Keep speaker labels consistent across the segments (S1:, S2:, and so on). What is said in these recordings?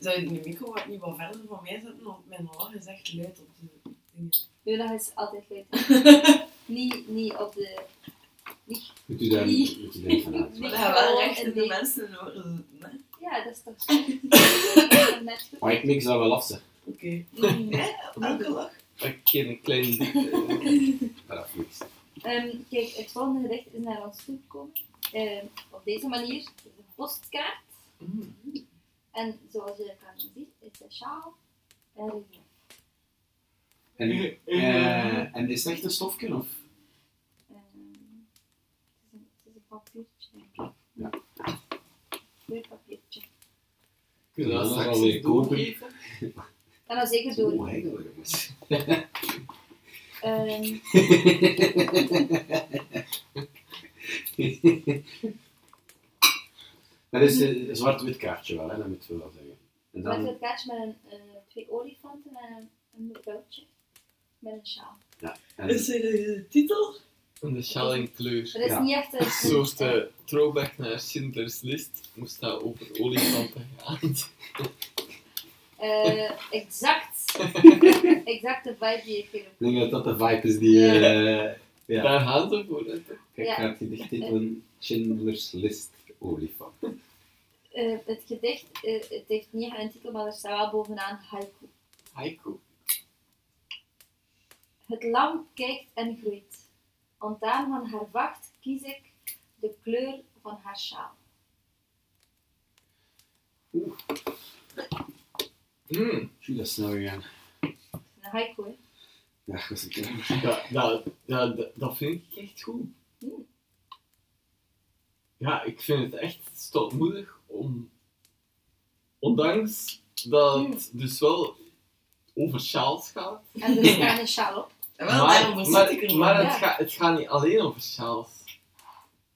S1: Zou je de micro wat niet wat verder van mij zetten? Want mijn oor is echt luid op de dingen.
S2: Nu, dat is altijd leuk. Niet, niet op de...
S3: Moet u daar
S2: Nee.
S3: moet u
S2: Nee.
S3: daar vanuit. zijn.
S1: Dat gaat wel
S2: gewoon
S1: recht in
S2: een
S1: de
S2: ding.
S1: mensen in oren zitten, hè.
S2: Ja, dat is toch zo. Net goed.
S3: Maar ik mix dat wel af, zeg.
S1: Oké. Nee, welke lach?
S3: Ik ken een klein... eh, voilà, niks.
S2: Ehm, kijk, het volgende gedicht is naar ons toe gekomen. Ehm, op deze manier, Het is een postkaart. En zoals je kan zien, is de sjaal Ehm, en regen.
S3: En, eh, en is het echt een stofje, of?
S2: Ehm, het, is een, het is een papiertje, denk ik.
S3: Ja.
S2: Mooi papiertje.
S3: Kunnen we dat
S4: straks
S3: straks weer kopen?
S1: doorgeven?
S2: En dan zeker door.
S3: Oh, hengel, jongens.
S2: Ehm,
S3: Dat is een een zwart-wit kaartje wel, hè? dat moeten we wel zeggen. En
S2: met
S3: dan,
S2: het kaartje met een, eh, twee olifanten en een, een vrouwtje. Met een sjaal.
S3: en,
S1: Is er Dus, eh, de titel?
S4: Een de sjaal in kleur.
S2: Er is
S3: Ja.
S2: niet echt een...
S4: Een soort eh, throwback naar Schindler's List moest dat over olifanten gaan.
S2: eh, exact. exact de vibe die ik hier op.
S3: ik denk dat dat de vibe is die... eh, Ja.
S4: Daar gaan ze voor. hè, toch?
S3: kijk,
S2: Ja.
S3: gaat het gedicht titelen Schindler's List Olifant.
S2: Eh, het gedicht, eh, het heeft niet echt een titel, maar er staat wel bovenaan haiku.
S4: Haiku.
S2: Het lam kijkt en groeit. Ontdaan van haar vacht kies ik de kleur van haar sjaal.
S4: Mm.
S3: Tjoe, dat is snel gegaan.
S2: Een haiku, hè?
S3: Ja, ik was een klein.
S4: Dat, dat, dat, dat vind ik echt goed.
S2: Mm.
S4: Ja, ik vind het echt stoutmoedig om... Ondanks dat het dus wel over sjaals gaat,
S2: En er staat een sjaal op.
S1: En wel, daarom
S4: maar,
S1: verzet ik er
S4: maar
S1: nog.
S4: het,
S2: ja.
S4: gaat, het gaat niet alleen over sjaals.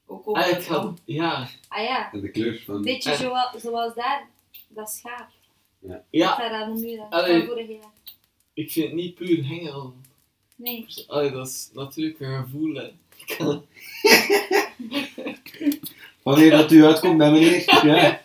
S1: Ook
S4: Ah,
S1: over
S4: het
S1: het lam.
S4: gaat, ja,
S2: Ah ja,
S3: En de kleur
S2: een
S3: van...
S2: beetje
S4: En-
S2: zoals, zoals daar, dat schaap.
S4: ja,
S2: Daar aan de muur, dat
S4: Allee.
S2: van vorig jaar.
S4: ik vind het niet puur hengel.
S2: Nee,
S4: Allee, dat is natuurlijk een gevoel. Hè.
S3: Wanneer dat u uitkomt bij meneer. Ja.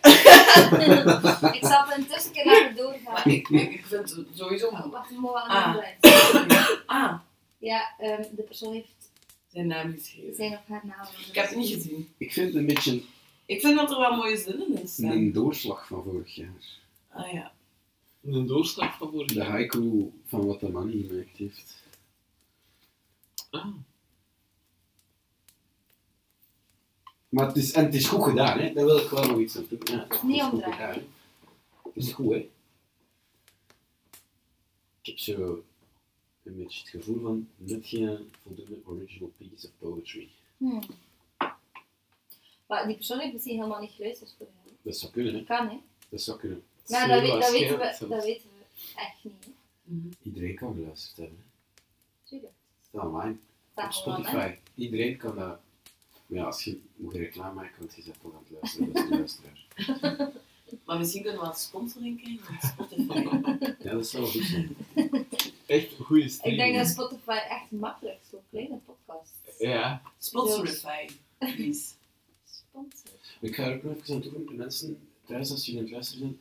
S2: ik zal er intussen een keer laten doorgaan.
S1: Maar Ah, ik, ik ik vind het sowieso...
S2: Wacht, we mogen
S1: Ah.
S2: aan het eind.
S1: Ah,
S2: Ja, ehm, de persoon heeft
S1: zijn naam geschreven.
S2: zijn of haar naam.
S1: Ik heb het niet gezien.
S3: Ik vind het een beetje
S1: Ik vind dat er wel mooie zinnen in staan.
S3: een doorslag van vorig jaar.
S1: Ah ja.
S4: Een doorslag van vorig
S3: De
S4: jaar.
S3: haiku van wat de man gemaakt heeft.
S4: Ah.
S3: Maar het is, en het is goed gedaan, hè? daar wil ik wel nog iets aan doen. Ja, het is
S2: Niet
S3: goed
S2: omdraaien.
S3: gedaan, hè. Het is goed, hè? Ik heb zo een beetje het gevoel van net geen voldoende original piece of poetry.
S2: Hmm. Maar die persoon heeft misschien helemaal niet geluisterd voor jou.
S3: Dat zou kunnen, hè?
S2: Kan, hè?
S3: Dat zou kunnen.
S2: Maar
S4: Zeer
S2: dat, weet- dat, weten
S4: waarschijnlijk
S2: we,
S4: zelfs.
S2: dat weten we echt niet, hè?
S1: Mhm.
S3: Iedereen kan geluisterd hebben. hè.
S2: Tuurlijk.
S3: Het staat online. Op
S2: Dat is gewoon, hè?
S3: Spotify. Iedereen kan dat. Maar ja, als je moet je reclame maken, want je zegt toch aan het luisteren, dat is de luisteraar.
S1: Maar misschien kunnen we wat sponsoring krijgen van Spotify.
S3: Ja, dat zou wel goed zijn.
S4: Echt een goede stream.
S2: Ik denk dat Spotify echt makkelijk is voor kleine podcasts.
S4: Ja,
S1: Sponsorify, please.
S2: Sponsor.
S3: Ik ga er ook nog even aan toevoegen, de mensen thuis, als jullie aan het luisteren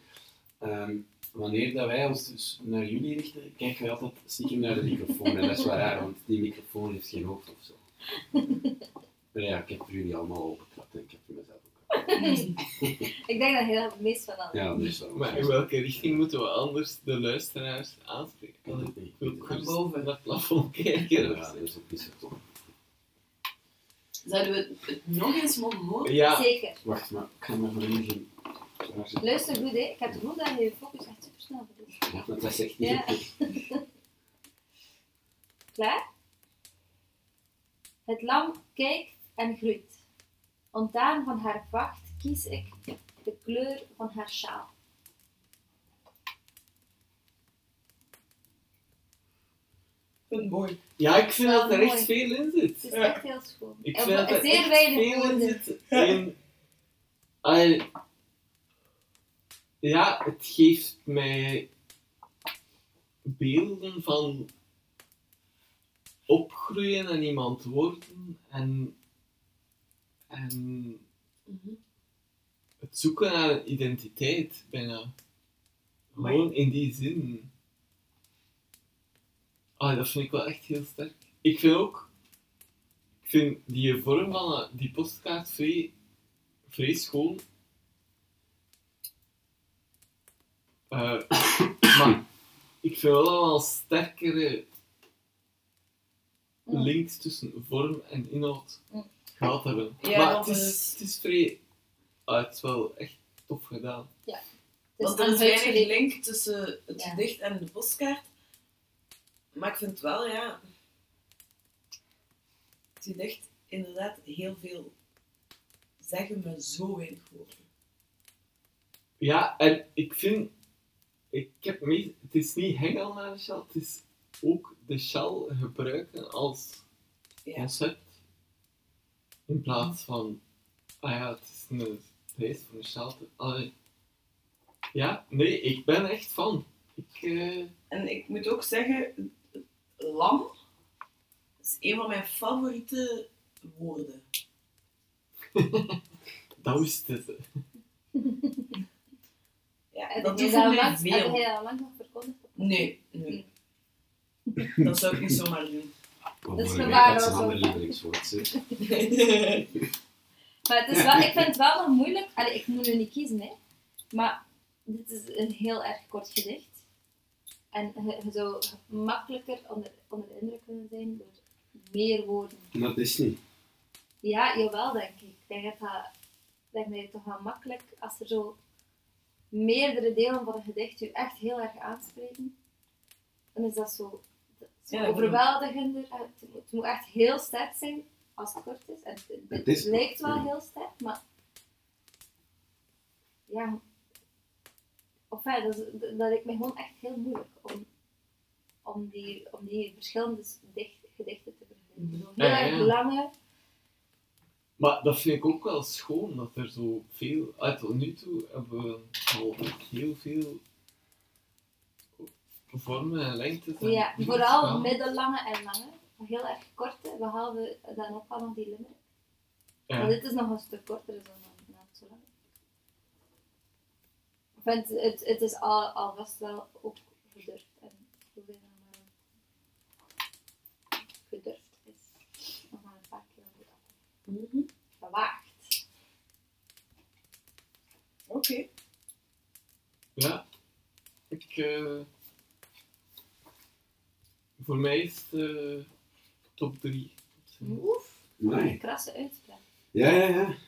S3: zijn, ehm, wanneer dat wij ons dus naar jullie richten, kijken wij altijd stiekem naar de microfoon. En dat is wel raar, want die microfoon heeft geen hoofd of zo. Maar ja, ik heb er jullie allemaal openklapt en ik heb er mezelf ook.
S2: Ik denk dat heel het meest van alles.
S3: Ja, dat is wel
S4: maar in welke richting moeten we anders de luisteraars aanspreken?
S3: Ik weet
S4: Allee,
S3: het niet.
S4: Ik wil
S3: Ja,
S1: Naar
S4: gerust
S1: boven.
S4: naar het plafond kijken. of
S3: dat
S4: zo.
S3: is ook niet zo tof.
S1: Zouden we het nog eens mogen horen?
S4: Ja,
S2: Zeker.
S3: Wacht, maar ik ga maar van jullie geen... Waar zit-
S2: Luister goed, hè? Ik heb het gevoel dat je je focus echt super snel verliest.
S3: Ja, want dat is echt niet
S2: Ja. Klaar? Het lam kijkt en groeit. Ontdaan van haar vacht kies ik de kleur van haar sjaal.
S1: Good boy.
S4: ja, ik vind dat er echt
S2: Mooi.
S4: veel in zit.
S2: Het is
S4: Ja.
S2: echt heel schoon.
S4: Ik
S2: En
S4: vind dat er
S2: zeer
S4: echt
S2: weinig
S4: veel in
S2: woorden.
S4: zit. En, allee, ja, het geeft mij beelden van opgroeien en iemand worden en, en
S1: Mhm.
S4: het zoeken naar een identiteit bijna. Gewoon in die zin. Ah, dat vind ik wel echt heel sterk. Ik vind ook, ik vind die vorm van eh, die postkaart vrij, vrij schoon. Eh, maar ik vind wel een wel sterkere
S2: Mm.
S4: links tussen vorm en inhoud
S2: Mm.
S4: gehad hebben.
S1: Ja,
S4: maar
S1: want
S4: het is,
S1: het-
S4: het is vrij... Ah, het is wel echt tof gedaan.
S2: Het
S1: Want er is
S2: een
S1: weinig
S2: huisgedicht.
S1: link tussen het
S2: Ja.
S1: gedicht en de postkaart. Maar ik vind wel, ja... Het gedicht inderdaad heel veel zeggen, maar zo weinig woorden.
S4: Ja, en ik vind... Ik heb mee, het is niet hengel naar de shell, het is ook de shell gebruiken als
S1: Ja.
S4: concept. In plaats van... Ah ja, het is een prijs van de shell. te- Allee. Ja, nee, ik ben echt van. Ik... eh,
S1: En ik moet ook zeggen, lam is een van mijn favoriete woorden.
S4: dat wist het.
S1: Ja,
S2: En
S1: dat
S2: dat
S1: doet
S2: is
S1: voor
S2: al
S1: mij
S2: lang, heb
S1: veel.
S2: jij dat al lang nog verkondigd?
S1: Nee, nee.
S2: Mm.
S1: Dat zou ik niet zomaar doen.
S3: Oh,
S2: Dat is
S3: maar ik
S2: gevaar,
S3: weet Dat is
S2: hoor.
S3: een ander lievelingswoord. zeg.
S2: Maar het is wel, ik vind het wel nog moeilijk. Allee, ik moet nu niet kiezen, hè. Maar dit is een heel erg kort gedicht. En je, je zou makkelijker onder, onder de indruk kunnen zijn door meer woorden.
S3: Maar dat is niet.
S2: Ja, jawel, denk ik. Ik denk dat, dat, ik denk dat je toch wel makkelijk, als er zo meerdere delen van een gedicht je echt heel erg aanspreken, dan is dat zo, dat is zo
S1: Ja, dat
S2: overweldigender. En Het, moet- het moet echt heel sterk zijn als het kort is. En het, het-
S3: Het
S2: het
S3: is-
S2: lijkt wel
S3: ja.
S2: heel sterk, maar... Ja... Of ja, dat, is- dat lijkt me gewoon echt heel moeilijk om, om, die, om die verschillende dicht, gedichten te vergelijken. Zo Heel
S4: Mhm. Ja, ja.
S2: erg lange...
S4: Maar dat vind ik ook wel schoon, dat er zo veel... Uit tot nu toe hebben we al heel veel vormen en lengtes. en
S2: Ja,
S4: dingen
S2: vooral
S4: gedaan.
S2: middellange en lange. Maar Heel erg korte, behalve dan ook al nog die limerick. Maar
S4: Ja.
S2: dit is nog een stuk korter zo dan, dan zo lang. Ik vind het, het, het is al, alvast wel ook gedurfd. En ik wil zeggen waarom gedurfd is. Nog maar een paar keer goed af.
S1: Mhm.
S2: Gewaagd.
S1: Oké.
S4: ja. Ik... eh, voor mij is het eh, top 3.
S2: Oef,
S3: Amai.
S2: krasse uitspraak.
S3: Ja, ja, ja.